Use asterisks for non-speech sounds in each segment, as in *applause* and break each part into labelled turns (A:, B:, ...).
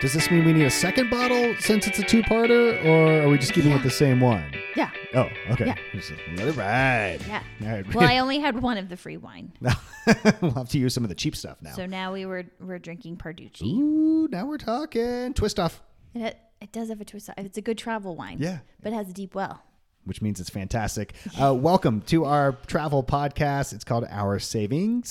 A: Does this mean we need a second bottle since it's a two-parter, or are we just keeping
B: Yeah.
A: with the same one?
B: Yeah.
A: Oh, okay.
B: Yeah.
A: Just let it ride.
B: Yeah.
A: All right. *laughs*
B: Well, I only had one of the free wine,
A: we'll have to use some of the cheap stuff now.
B: so now we were we're drinking Parducci.
A: Ooh, now we're talking. Twist off,
B: It, ha- it does have a twist. It's a good travel wine.
A: Yeah.
B: but it has a deep well.
A: which means it's
B: *laughs*
A: fantastic. Uh, welcome to our travel podcast. It's called Our Savings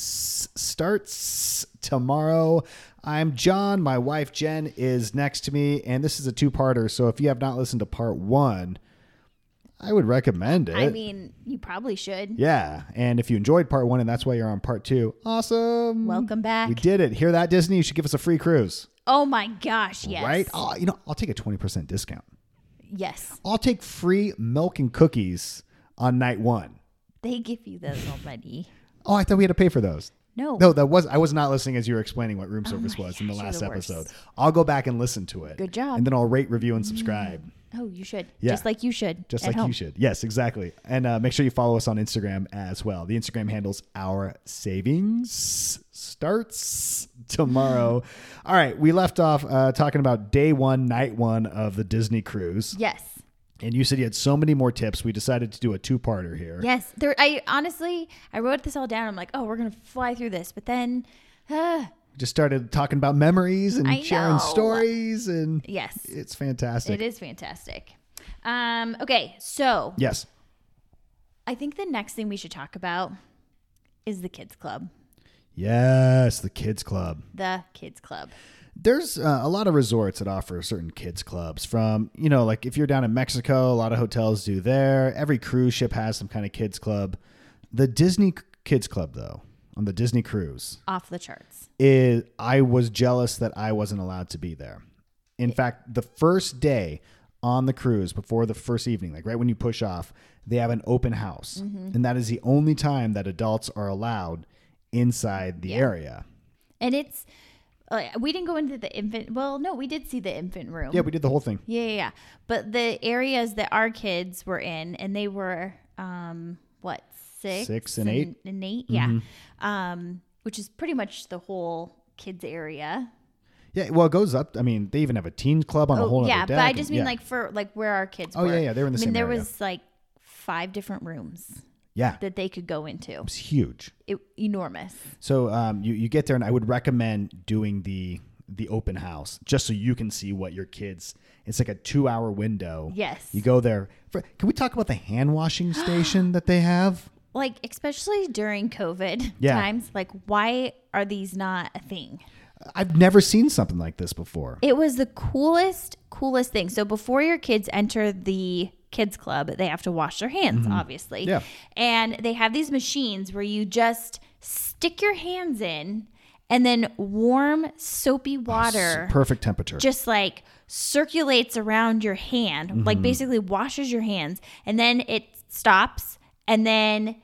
A: Starts Tomorrow. I'm John. My wife Jen is next to me, and this is a two-parter. So if you have not listened to part one, I would recommend it.
B: I mean, you probably should.
A: yeah, and if you enjoyed part one and that's why you're on part two, awesome.
B: Welcome back.
A: We did it. Hear that, Disney? You should give us a free cruise,
B: Oh my gosh! Yes.
A: right? Oh, you know, I'll take a twenty percent discount.
B: Yes,
A: I'll take free milk and cookies on night one.
B: they give you those already.
A: Oh, I thought we had to pay for those.
B: No.
A: No, that was I was not listening as you were explaining what room service
B: Oh. my
A: was in the
B: gosh, you're
A: last
B: the worst.
A: episode. I'll go back and listen to it.
B: Good job.
A: And then I'll rate, review, and subscribe.
B: Oh, you should.
A: Yeah.
B: Just like you should.
A: Just
B: at
A: like
B: home.
A: you should. Yes, exactly. And uh, make sure you follow us on Instagram as well. The Instagram handles our savings starts tomorrow. All right, we left off uh, talking about day one, night one of the Disney cruise,
B: Yes.
A: and you said you had so many more tips. We decided to do a two-parter here.
B: Yes, there. I honestly, I wrote this all down. I'm like, oh, we're gonna fly through this, but then, *sighs* uh,
A: just started talking about memories and
B: I
A: sharing
B: know.
A: stories and
B: yes,
A: it's fantastic.
B: it is fantastic. Um, okay, so
A: Yes.
B: I think the next thing we should talk about is the kids club.
A: Yes, the kids club.
B: The kids club.
A: There's uh, a lot of resorts that offer certain kids clubs from, you know, like if you're down in Mexico, a lot of hotels do there. Every cruise ship has some kind of kids club. The Disney c- kids club though, on the Disney cruise,
B: Off the charts.
A: is I was jealous that I wasn't allowed to be there. In fact, the first day on the cruise before the first evening, like right when you push off, they have an open house. And that is the only time that adults are allowed inside the area.
B: And it's, uh, we didn't go into the infant. Well, no, we did see the infant room.
A: Yeah, we did the whole thing.
B: Yeah, yeah, yeah. But the areas that our kids were in, and they were, um, what six,
A: Six and eight? Mm-hmm.
B: and, eight, yeah. Um, which is pretty much the whole kids area.
A: Yeah, well, it goes up. I mean, they even have a teen club on a whole
B: Oh,
A: other
B: yeah. But
A: deck
B: I
A: and-
B: just mean
A: yeah.
B: like for like where our kids.
A: Oh,
B: were.
A: yeah, yeah, they were in the
B: I mean,
A: same
B: there
A: area.
B: was like five different rooms
A: yeah,
B: that they could go into.
A: it's huge.
B: It, e-, enormous.
A: So um, you you get there, and I would recommend doing the the open house just so you can see what your kids. It's like a two hour window.
B: Yes.
A: You go there. For, can we talk about the hand
B: *gasps*
A: washing station that they have?
B: Like especially during COVID
A: Yeah.
B: times, like why are these not a thing?
A: I've never seen something like this before.
B: It was the coolest, coolest thing. So before your kids enter the kids club, they have to wash their hands, obviously.
A: Mm-hmm. Yeah.
B: And they have these machines where you just stick your hands in and then warm soapy water
A: Perfect temperature.
B: just like circulates around your hand, like
A: Mm-hmm.
B: basically washes your hands, and then it stops, and then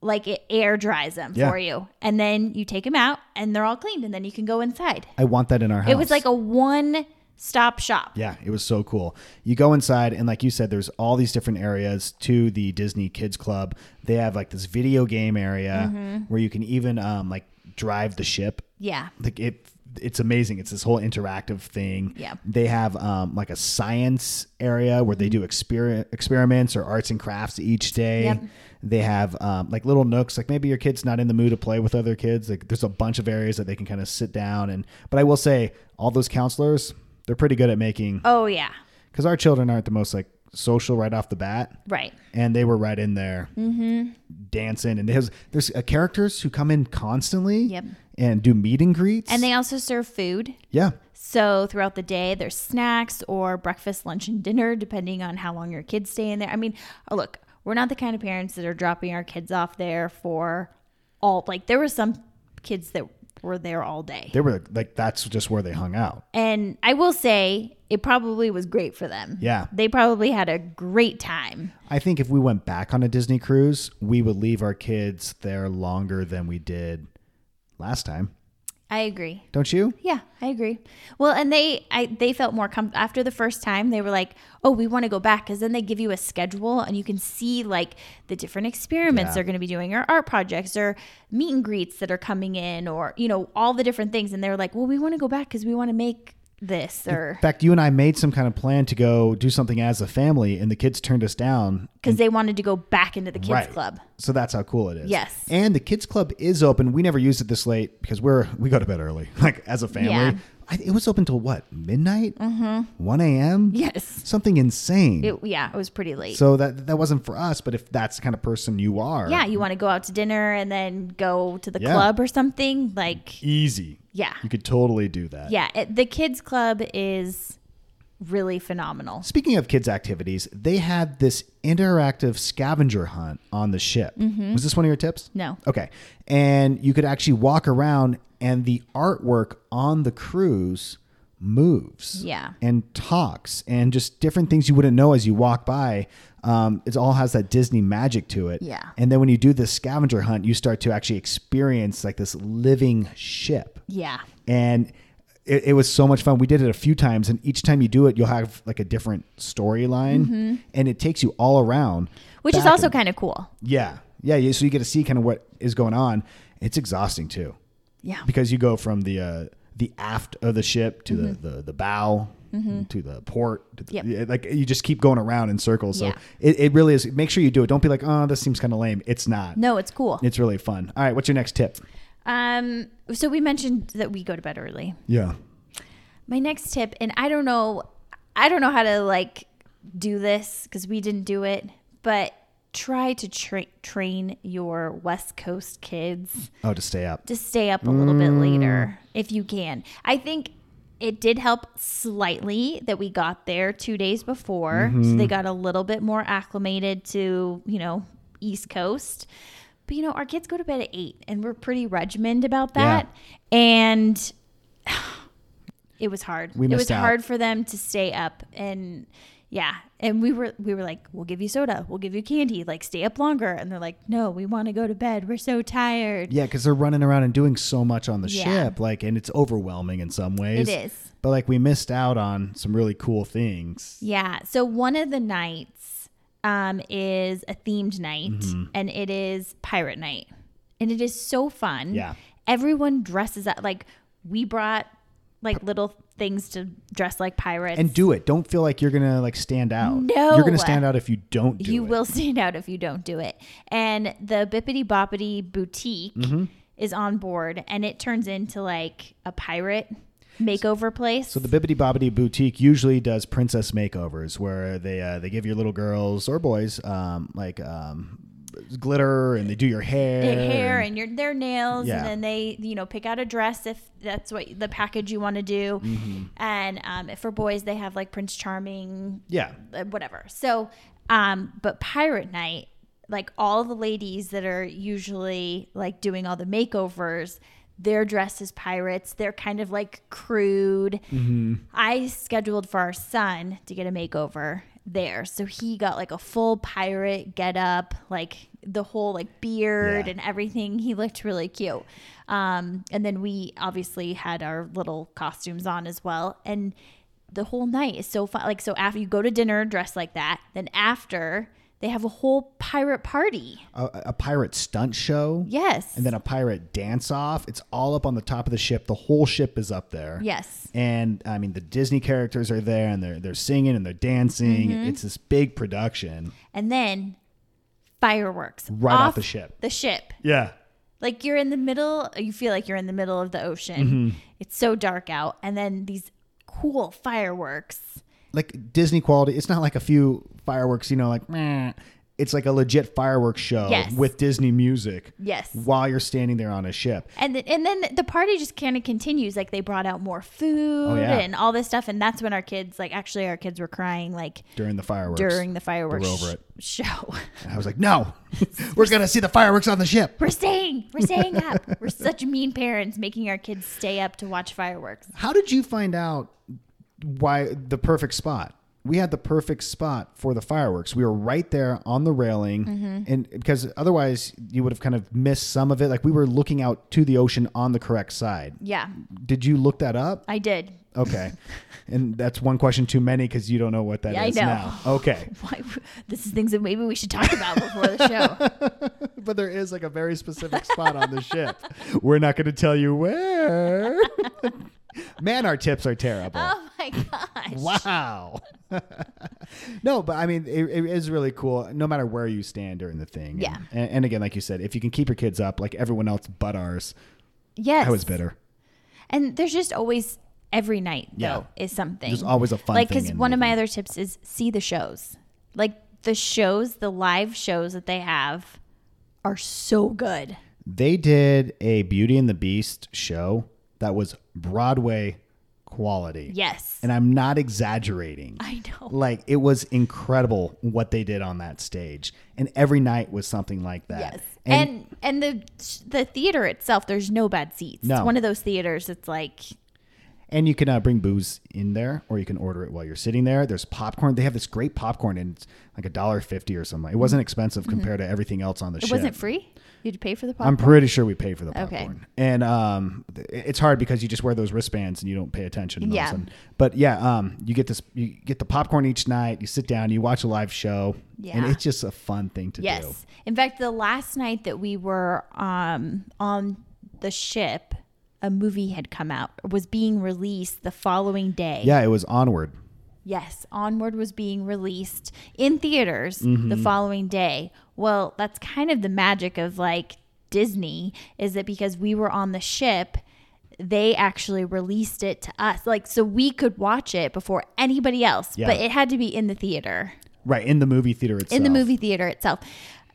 B: like it air dries them
A: Yeah.
B: for you, and then you take them out, and they're all cleaned, and then you can go inside.
A: I want that in our house.
B: It was like a one stop shop.
A: Yeah, it was so cool. You go inside, and like you said, there's all these different areas to the Disney Kids Club. They have like this video game area where you can even um, like drive the ship.
B: Yeah.
A: Like it, it's amazing. It's this whole interactive thing.
B: Yeah.
A: They have um, like a science area where they do exper- experiments or arts and crafts each day.
B: Mm-hmm. Yep.
A: They have um, like little nooks, like maybe your kid's not in the mood to play with other kids. Like there's a bunch of areas that they can kind of sit down and. But I will say, all those counselors, they're pretty good at making
B: Oh, yeah.
A: because our children aren't the most like social right off the bat,
B: Right.
A: and they were right in there
B: Mm-hmm.
A: dancing. And there's there's uh, characters who come in constantly,
B: Yep.
A: and do meet and greets,
B: And they also serve food.
A: yeah,
B: So throughout the day, there's snacks or breakfast, lunch, and dinner, depending on how long your kids stay in there. I mean, uh, look, we're not the kind of parents that are dropping our kids off there for all. Like there were some kids that were there all day,
A: they were like that's just where they hung out.
B: and I will say it probably was great for them.
A: Yeah.
B: they probably had a great time.
A: I think if we went back on a Disney cruise, we would leave our kids there longer than we did last time.
B: I agree.
A: Don't you?
B: Yeah, I agree. Well, and they I they felt more com- after the first time. They were like, "Oh, we want to go back," because then they give you a schedule and you can see like the different experiments
A: Yeah.
B: they're going to be doing, or art projects, or meet and greets that are coming in, or you know all the different things. And they were like, "Well, we want to go back because we want to make this or
A: In fact, you and I made some kind of plan to go do something as a family, and the kids turned us down.
B: because they wanted to go back into the kids club.
A: So that's how cool it is.
B: Yes.
A: And the kids club is open. We never used it this late because we're we go to bed early, *laughs* like as a family.
B: Yeah.
A: I, it was open till what midnight, mm-hmm. one a.m.
B: Yes.
A: something insane.
B: It, yeah, it was pretty late.
A: so that that wasn't for us, but if that's the kind of person you are,
B: yeah, you want to go out to dinner and then go to the
A: Yeah.
B: club or something like
A: easy.
B: Yeah.
A: you could totally do that.
B: Yeah, it, the kids club is really phenomenal.
A: Speaking of kids' activities, they had this interactive scavenger hunt on the ship. Was this one of your tips?
B: Mm-hmm. No.
A: Okay. And you could actually walk around, and the artwork on the cruise moves.
B: Yeah.
A: And talks, and just different things you wouldn't know as you walk by. Um, it all has that Disney magic to it.
B: Yeah.
A: And then when you do this scavenger hunt, you start to actually experience like this living ship
B: Yeah.
A: and it, it was so much fun. We did it a few times, and each time you do it, you'll have like a different storyline, and it takes you all around.
B: Mm-hmm. Which is
A: back
B: also
A: and-
B: kind of cool.
A: yeah, yeah. you- So you get to see kind of what is going on. It's exhausting too,
B: Yeah.
A: because you go from the uh, the aft of the ship to the, the the bow. To the port, to the,
B: Mm-hmm. Yep.
A: yeah, like you just keep going around in circles. So
B: Yeah.
A: it, it really is. Make sure you do it. Don't be like, oh, this seems kind of lame. It's not.
B: No, it's cool.
A: It's really fun. All right, what's your next tip?
B: Um so we mentioned that we go to bed early.
A: Yeah,
B: My next tip and I don't know I don't know how to like do this cuz we didn't do it, but try to tra- train your West Coast kids
A: oh, to stay up.
B: to stay up a little bit
A: Mm.
B: later if you can. I think it did help slightly that we got there two days before. So
A: Mm-hmm.
B: they got a little bit more acclimated to, you know, East Coast. But, you know, our kids go to bed at eight and we're pretty regimented about
A: Yeah.
B: that. And *sighs* it was hard.
A: We
B: it
A: missed
B: was
A: out.
B: hard for them to stay up and yeah. And we were we were like, We'll give you soda, we'll give you candy, like stay up longer and they're like, No, we want to go to bed. We're so tired.
A: Yeah, because they're running around and doing so much on the
B: Yeah.
A: ship, like, and it's overwhelming in some ways.
B: It is.
A: But like, we missed out on some really cool things.
B: Yeah. So one of the nights um, is a themed night,
A: Mm-hmm.
B: and it is pirate night, and it is so fun.
A: Yeah.
B: Everyone dresses up like we brought like little things to dress like pirates.
A: And do it. Don't feel like you're gonna like stand out.
B: No.
A: you're gonna stand out if you don't do
B: you
A: it.
B: will *laughs* stand out if you don't do it. And the Bippity Boppity Boutique
A: Mm-hmm.
B: is on board, and it turns into like a pirate makeover place.
A: So the Bibbidi Bobbidi Boutique usually does princess makeovers, where they uh, they give your little girls or boys um, like um, glitter, and they do your hair.
B: their hair and your their nails
A: Yeah.
B: and then they you know pick out a dress if that's what the package you want to do and um, for boys they have like prince charming
A: yeah,
B: uh, whatever so um, but pirate night like all the ladies that are usually like doing all the makeovers they're dressed as pirates they're kind of like crude i scheduled for our son to get a makeover there so he got like a full pirate get up like the whole like beard
A: Yeah.
B: and everything he looked really cute um, and then we obviously had our little costumes on as well and the whole night is so fun like so after you go to dinner dressed like that then after they have a whole pirate party
A: a, a pirate stunt show.
B: yes
A: And then a pirate dance off. It's all up on the top of the ship. The whole ship is up there.
B: yes
A: and I mean the Disney characters are there and they're they're singing and they're dancing.
B: Mm-hmm.
A: It's this big production
B: and then fireworks
A: right off, the ship.
B: the ship
A: Yeah.
B: like you're in the middle you feel like you're in the middle of the ocean
A: Mm-hmm.
B: it's so dark out and then these cool fireworks
A: Like Disney quality. It's not like a few fireworks, you know, like meh. It's like a legit fireworks show
B: Yes.
A: with Disney music
B: yes
A: while you're standing there on a ship.
B: and then, and then the party just kind of continues like they brought out more food
A: Oh, yeah.
B: and all this stuff and that's when our kids like actually our kids were crying like
A: During the fireworks.
B: during the fireworks
A: We're over it.
B: sh- show *laughs*
A: And I was like, no, we're going to see the fireworks on the ship.
B: we're staying we're staying up *laughs* we're such mean parents making our kids stay up to watch fireworks
A: How did you find out why the perfect spot? We had the perfect spot for the fireworks. We were right there on the railing,
B: Mm-hmm.
A: and because otherwise you would have kind of missed some of it. Like we were looking out to the ocean on the correct side.
B: yeah
A: Did you look that up?
B: i did *laughs*
A: Okay, and that's one question too many because you don't know what that is
B: Yeah, I know.
A: now.
B: *laughs*
A: Okay,
B: Why, this is things that maybe we should talk about before the
A: *laughs*
B: show
A: but there is
B: *laughs*
A: like a very specific spot on the ship. We're not going to tell you where. Man, our tips are terrible.
B: Oh my gosh. *laughs*
A: Wow. no, but I mean, it, it is really cool no matter where you stand during the thing.
B: Yeah.
A: And, and again, like you said, if you can keep your kids up like everyone else but ours,
B: Yes.
A: I was bitter.
B: And there's just always every night though is something.
A: There's always a fun
B: like
A: thing
B: because
A: in
B: one of my
A: movie.
B: other tips is see the shows. Like the shows, the live shows that they have are so good.
A: They did a Beauty and the Beast show that was Broadway quality.
B: Yes.
A: And I'm not exaggerating.
B: *laughs* I know.
A: like it was incredible what they did on that stage and every night was something like that
B: Yes.
A: and,
B: And and the the theater itself, there's no bad seats. It's
A: No.
B: one of those theaters it's like
A: and you can uh, bring booze in there or you can order it while you're sitting there there's popcorn they have this great popcorn and it's like a dollar fifty or something it wasn't expensive compared to everything else on the
B: Mm-hmm. it
A: ship
B: wasn't free. You had to pay for the popcorn.
A: I'm pretty sure we paid for the
B: Okay.
A: popcorn, and um, th- it's hard because you just wear those wristbands and you don't pay attention. and all of a
B: Yeah.
A: sudden- But yeah, um, you get this, you get the popcorn each night. You sit down, you watch a live show, and
B: Yeah.
A: it's just a fun thing to do.
B: Yes. In fact, the last night that we were um, on the ship, a movie had come out, was being released the following day.
A: Yeah, it was onward.
B: Yes. Onward was being released in theaters the
A: Mm-hmm.
B: following day. Well, that's kind of the magic of like Disney is that because we were on the ship, they actually released it to us. Like, so we could watch it before anybody else,
A: Yeah.
B: but it had to be in the theater
A: Right in the movie theater itself.
B: in the movie theater itself.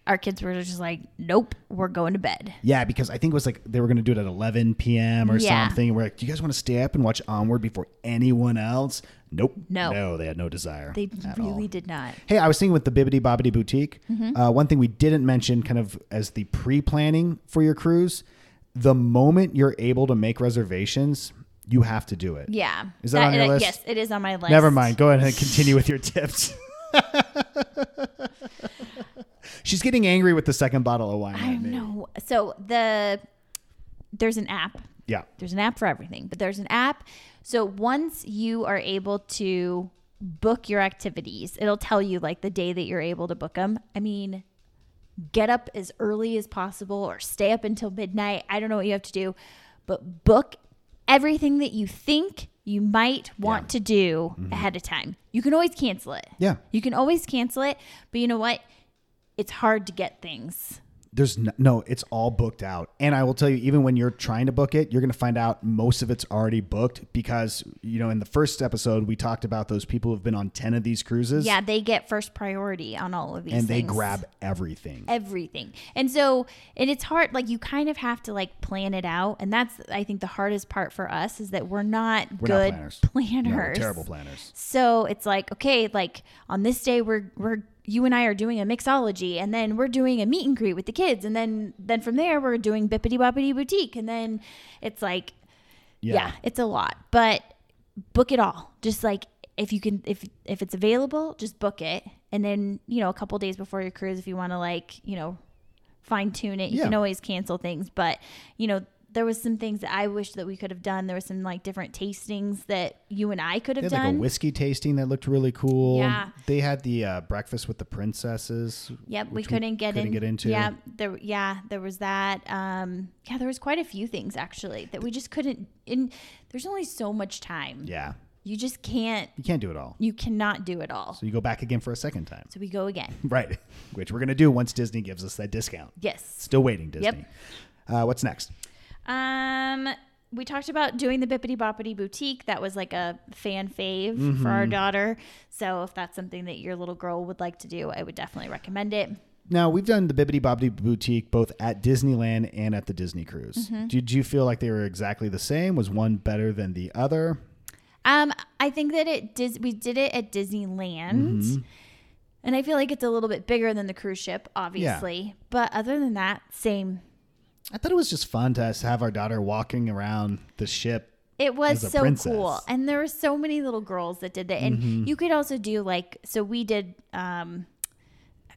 B: Our kids were just like, "Nope, we're going to bed."
A: Yeah, because I think it was like they were going to do it at 11 p.m. or
B: Yeah.
A: something. And we're like, do you guys want to stay up and watch Onward before anyone else? Nope.
B: No.
A: No, they had no desire.
B: They
A: at all.
B: really Mm-hmm. did not.
A: Hey, I was thinking with the Bibbidi Bobbidi Boutique, uh, one thing we didn't mention kind of as the pre planning for your cruise, the moment you're able to make reservations, you have to do it.
B: Yeah.
A: Is that on your list?
B: Yes, it is on my list.
A: Never mind. Go ahead and continue with your
B: *laughs*
A: tips. *laughs* She's getting angry with the second bottle of wine.
B: I
A: at me.
B: know. So the there's an app.
A: Yeah.
B: There's an app for everything, but there's an app. So once you are able to book your activities, it'll tell you like the day that you're able to book them. I mean, get up as early as possible or stay up until midnight. I don't know what you have to do, but book everything that you think you might want to do ahead of time. You can always cancel it.
A: Mm-hmm. Yeah.
B: You can always cancel it, but you know what? It's hard to get things.
A: There's no, no, it's all booked out. And I will tell you, even when you're trying to book it, you're going to find out most of it's already booked because, you know, in the first episode, we talked about those people who've been on 10 of these cruises
B: Yeah, they get first priority on all of these
A: and they
B: things.
A: grab everything.
B: everything. And so, and it's hard like you kind of have to like plan it out, and that's I think the hardest part for us is that we're not
A: We're not
B: good
A: planners.
B: planners.
A: No, we're terrible planners.
B: So it's like, okay, like on this day we're we're you and I are doing a mixology and then we're doing a meet and greet with the kids and then then from there we're doing bippity boppity boutique and then it's like
A: Yeah.
B: yeah. it's a lot. But book it all. Just like if you can if if it's available, just book it. And then, you know, a couple days before your cruise if you want to like, you know, fine tune it. You
A: Yeah.
B: can always cancel things, but you know, there was some things that I wish that we could have done. There was some like different tastings that you and I could
A: They
B: have
A: had like a
B: done.
A: whiskey tasting that looked really cool.
B: Yeah.
A: They had the uh, breakfast with the princesses.
B: Yep, we
A: which
B: couldn't get
A: couldn't
B: in.
A: get into.
B: Yeah, there. Yeah, there was that. Um, yeah, there was quite a few things actually that we just couldn't. In there's only so much time.
A: Yeah.
B: You just can't.
A: You can't do it all.
B: You cannot do it all.
A: So you go back again for a second time. *laughs*
B: So we go again.
A: Right. Which we're going to do once Disney gives us that discount.
B: Yes.
A: Still waiting,
B: Yep.
A: Disney. Uh, what's next?
B: Um, we talked about doing the Bippity Boppity Boutique. That was like a fan fave for our daughter. So if that's something that your little girl would like to do, I would definitely recommend it.
A: Now we've done the Bibbidi Bobbidi Boutique both at Disneyland and at the Disney Cruise.
B: Mm-hmm.
A: Did you feel like they were exactly the same? Was one better than the other?
B: Um, I think that it did. We did it at Disneyland, and I feel like it's a little bit bigger than the cruise ship, obviously. But other than that, same.
A: I thought it was just fun to us- have our daughter walking around the ship.
B: It
A: As
B: was
A: a
B: so cool,
A: princess. Mm-hmm.
B: and there were so many little girls that did that, and you could also do like so. We did. um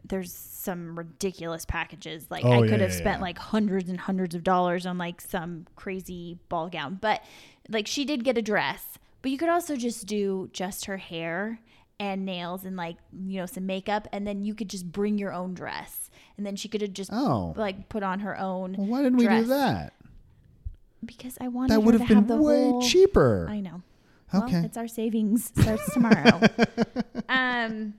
B: there's some ridiculous packages. Like I
A: Oh,
B: could
A: yeah,
B: have
A: yeah,
B: spent
A: yeah.
B: like hundreds and hundreds of dollars on like some crazy ball gown. But like she did get a dress, but you could also just do just her hair and nails and like, you know, some makeup and then you could just bring your own dress. And then she could have just
A: Oh.
B: like put on her own
A: Well, why didn't we do
B: dress.
A: that?
B: because I wanted
A: That
B: her
A: would
B: to
A: have been
B: have the
A: way
B: whole,
A: cheaper.
B: I know.
A: Okay.
B: Well, it's our savings starts
A: *laughs*
B: tomorrow. um,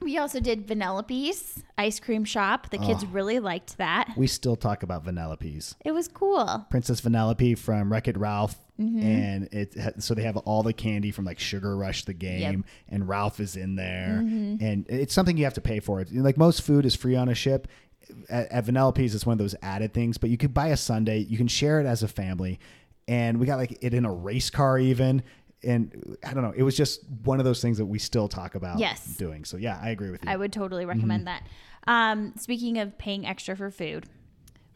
B: we also did Vanellope's ice cream shop. The
A: Ah.
B: kids really liked that.
A: we still talk about Vanellope's.
B: It was cool.
A: Princess Vanellope from Wreck It Ralph.
B: Mm-hmm.
A: And it ha- so they have all the candy from like Sugar Rush the game, and Ralph is in there,
B: Mm-hmm.
A: and it's something you have to pay for. It like most food is free on a ship. At, at Vanellope's, it's one of those added things, but you could buy a Sunday, you can share it as a family, and we got like it in a race car even, and I don't know, it was just one of those things that we still talk about
B: Yes.
A: doing. So yeah, I agree with you.
B: I would
A: Mm-hmm.
B: totally recommend that. Um, speaking of paying extra for food,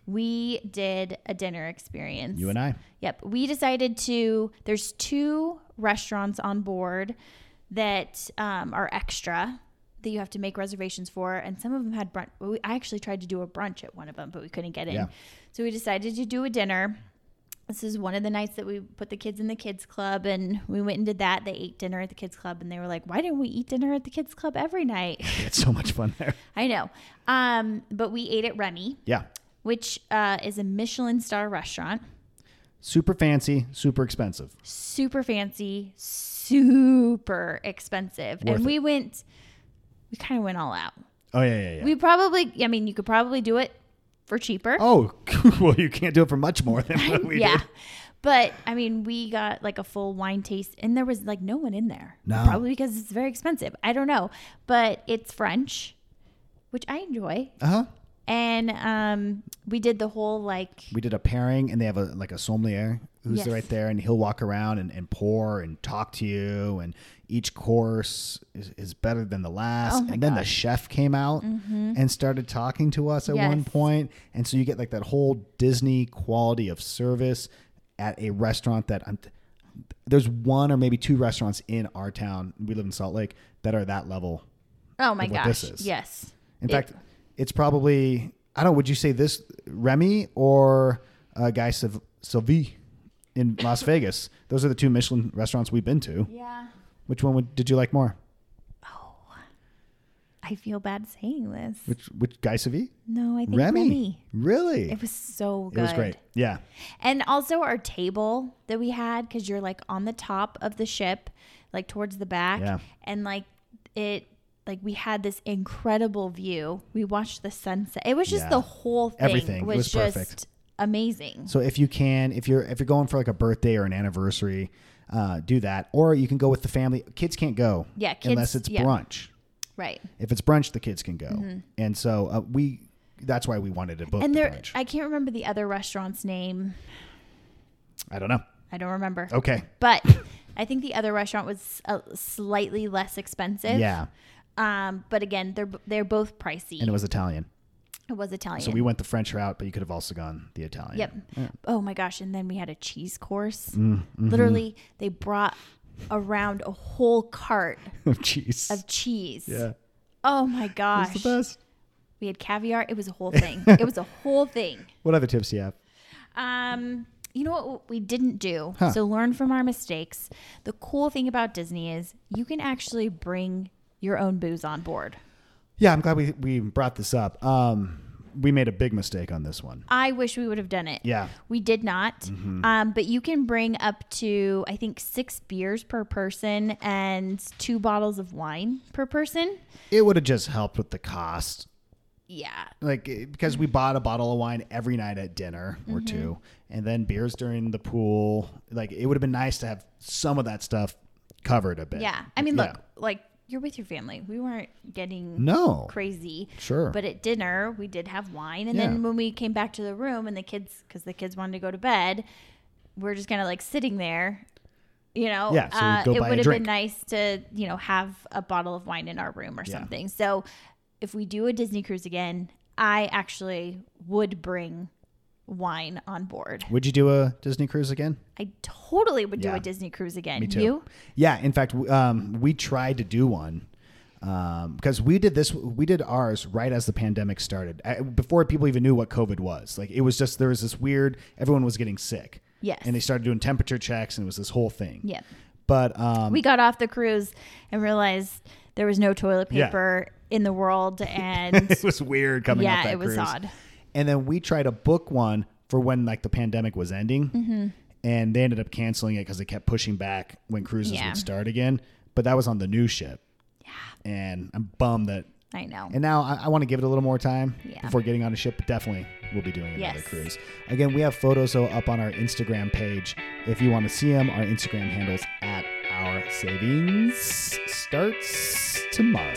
B: we did a dinner experience.
A: you and I, *laughs*
B: Yep. We decided to, there's two restaurants on board that um, are extra that you have to make reservations for. And some of them had brunch. We, I actually tried to do a brunch at one of them, but we couldn't get in.
A: Yeah.
B: So we decided to do a dinner. This is one of the nights that we put the kids in the kids club and we went and did that. They ate dinner at the kids club and they were like, why didn't we eat dinner at the kids club every night? *laughs*
A: we had so much fun there.
B: I know. Um, but we ate at Remy,
A: Yeah,
B: which uh, is a Michelin star restaurant.
A: super fancy, super expensive.
B: super fancy, super expensive.
A: Worth
B: and we went, we kind of went all out.
A: Oh yeah, yeah, yeah.
B: We probably, I mean, you could probably do it for cheaper.
A: Oh, *laughs* well, you can't do it for much more than what
B: *laughs*
A: we
B: yeah.
A: did.
B: But I mean, we got like a full wine taste, and there was like no one in there.
A: No.
B: Probably because it's very expensive. I don't know. But it's French, which I enjoy.
A: Uh huh.
B: And um, we did the whole like,
A: We did a pairing, and they have a like a sommelier who's
B: Yes.
A: right there, and he'll walk around and, and pour and talk to you, and each course is, is better than the last.
B: Oh my
A: and then the
B: gosh.
A: chef came out and started talking to us at one
B: Yes.
A: point, and so you get like that whole Disney quality of service at a restaurant that I'm. There's one or maybe two restaurants in our town. We live in Salt Lake that are that level
B: oh my
A: what this
B: gosh.
A: is.
B: Yes.
A: In
B: It-
A: fact, it's probably I don't. Would you say this Remy or uh, Guy Sav- Sylvie in
B: *laughs*
A: Las Vegas? Those are the two Michelin restaurants we've been to.
B: Yeah.
A: Which one would, did you like more?
B: I feel bad saying this.
A: Which which Guy Sylvie?
B: No, I think
A: Remy.
B: Remy.
A: Really?
B: It was so good.
A: It was great. Yeah.
B: And also our table that we had because you're like on the top of the ship, like towards the back,
A: Yeah.
B: and like it, like we had this incredible view. We watched the sunset. It was just
A: Yeah.
B: the whole thing
A: Everything. It
B: was,
A: was
B: just
A: perfect.
B: amazing.
A: So if you can, if you're if you're going for like a birthday or an anniversary, uh, do that. Or you can go with the family. Kids can't go.
B: Yeah,
A: unless it's
B: kids- yeah.
A: brunch.
B: Right.
A: If it's brunch, the kids can go. And so uh, we. That's why we wanted to book
B: And
A: the
B: there,
A: brunch.
B: I can't remember the other restaurant's name.
A: I don't know.
B: I don't remember.
A: Okay.
B: But I think the other restaurant was uh, slightly less expensive.
A: Yeah.
B: Um, but again, they're they're both pricey.
A: And it was Italian.
B: it was Italian.
A: So we went the French route, but you could have also gone the Italian. *laughs*
B: Yep. Oh my gosh. And then we had a cheese course.
A: Mm, mm-hmm.
B: Literally, they brought around a whole cart
A: Cheese.
B: of cheese.
A: yeah.
B: Oh my gosh.
A: It's the best.
B: We had caviar. It was
A: *laughs*
B: a whole thing. it was a whole thing.
A: What other tips do you have?
B: Um, you know what we didn't do?
A: Huh.
B: So learn from our mistakes. The cool thing about Disney is you can actually bring your own booze on board.
A: Yeah, I'm glad we, we brought this up. Um, we made a big mistake on this one.
B: I wish we would have done it.
A: Yeah.
B: We did not.
A: Mm-hmm.
B: Um, but you can bring up to, I think, six beers per person and two bottles of wine per person.
A: It would have just helped with the cost.
B: Yeah.
A: Like, eh, because we bought a bottle of wine every night at dinner or
B: Mm-hmm.
A: two, and then beers during the pool. Like, it would have been nice to have some of that stuff covered a bit.
B: Yeah. I mean, look,
A: Yeah.
B: like you're with your family. We weren't getting
A: No.
B: crazy.
A: Sure.
B: But at dinner, we did have wine. And
A: Yeah.
B: then when we came back to the room and the kids, because the kids wanted to go to bed, we're just kind of like sitting there. You know,
A: Yeah, so
B: uh,
A: go
B: it
A: buy a
B: would have been
A: drink.
B: nice to, you know, have a bottle of wine in our room or
A: Yeah.
B: something. So if we do a Disney cruise again, I actually would bring wine on board.
A: Would you do a Disney cruise again?
B: I totally would do
A: Yeah.
B: a Disney cruise again.
A: Me too.
B: You?
A: Yeah. In fact, w- um, we tried to do one because we did this. We did ours right as the pandemic started, I, before people even knew what COVID was. Like it was just there was this weird. Everyone was getting sick.
B: Yes.
A: And they started doing temperature checks, and it was this whole thing.
B: Yep.
A: But um,
B: we got off the cruise and realized there was no toilet
A: Yeah.
B: paper in the world
A: *laughs* *laughs*
B: and
A: it was weird coming
B: Yeah,
A: off that
B: it was
A: cruise.
B: odd.
A: And then we tried to book one for when like the pandemic was ending,
B: Mm-hmm.
A: and they ended up canceling it because they kept pushing back when cruises
B: Yeah.
A: would start again. But that was on the new ship, yeah. And I'm bummed that.
B: I know.
A: And now I, I want to give it a little more time
B: Yeah.
A: before getting on a ship. But definitely, we'll be doing another
B: Yes.
A: cruise. Again, we have photos though, up on our Instagram page. If you want to see them, our Instagram handles at our savings starts tomorrow.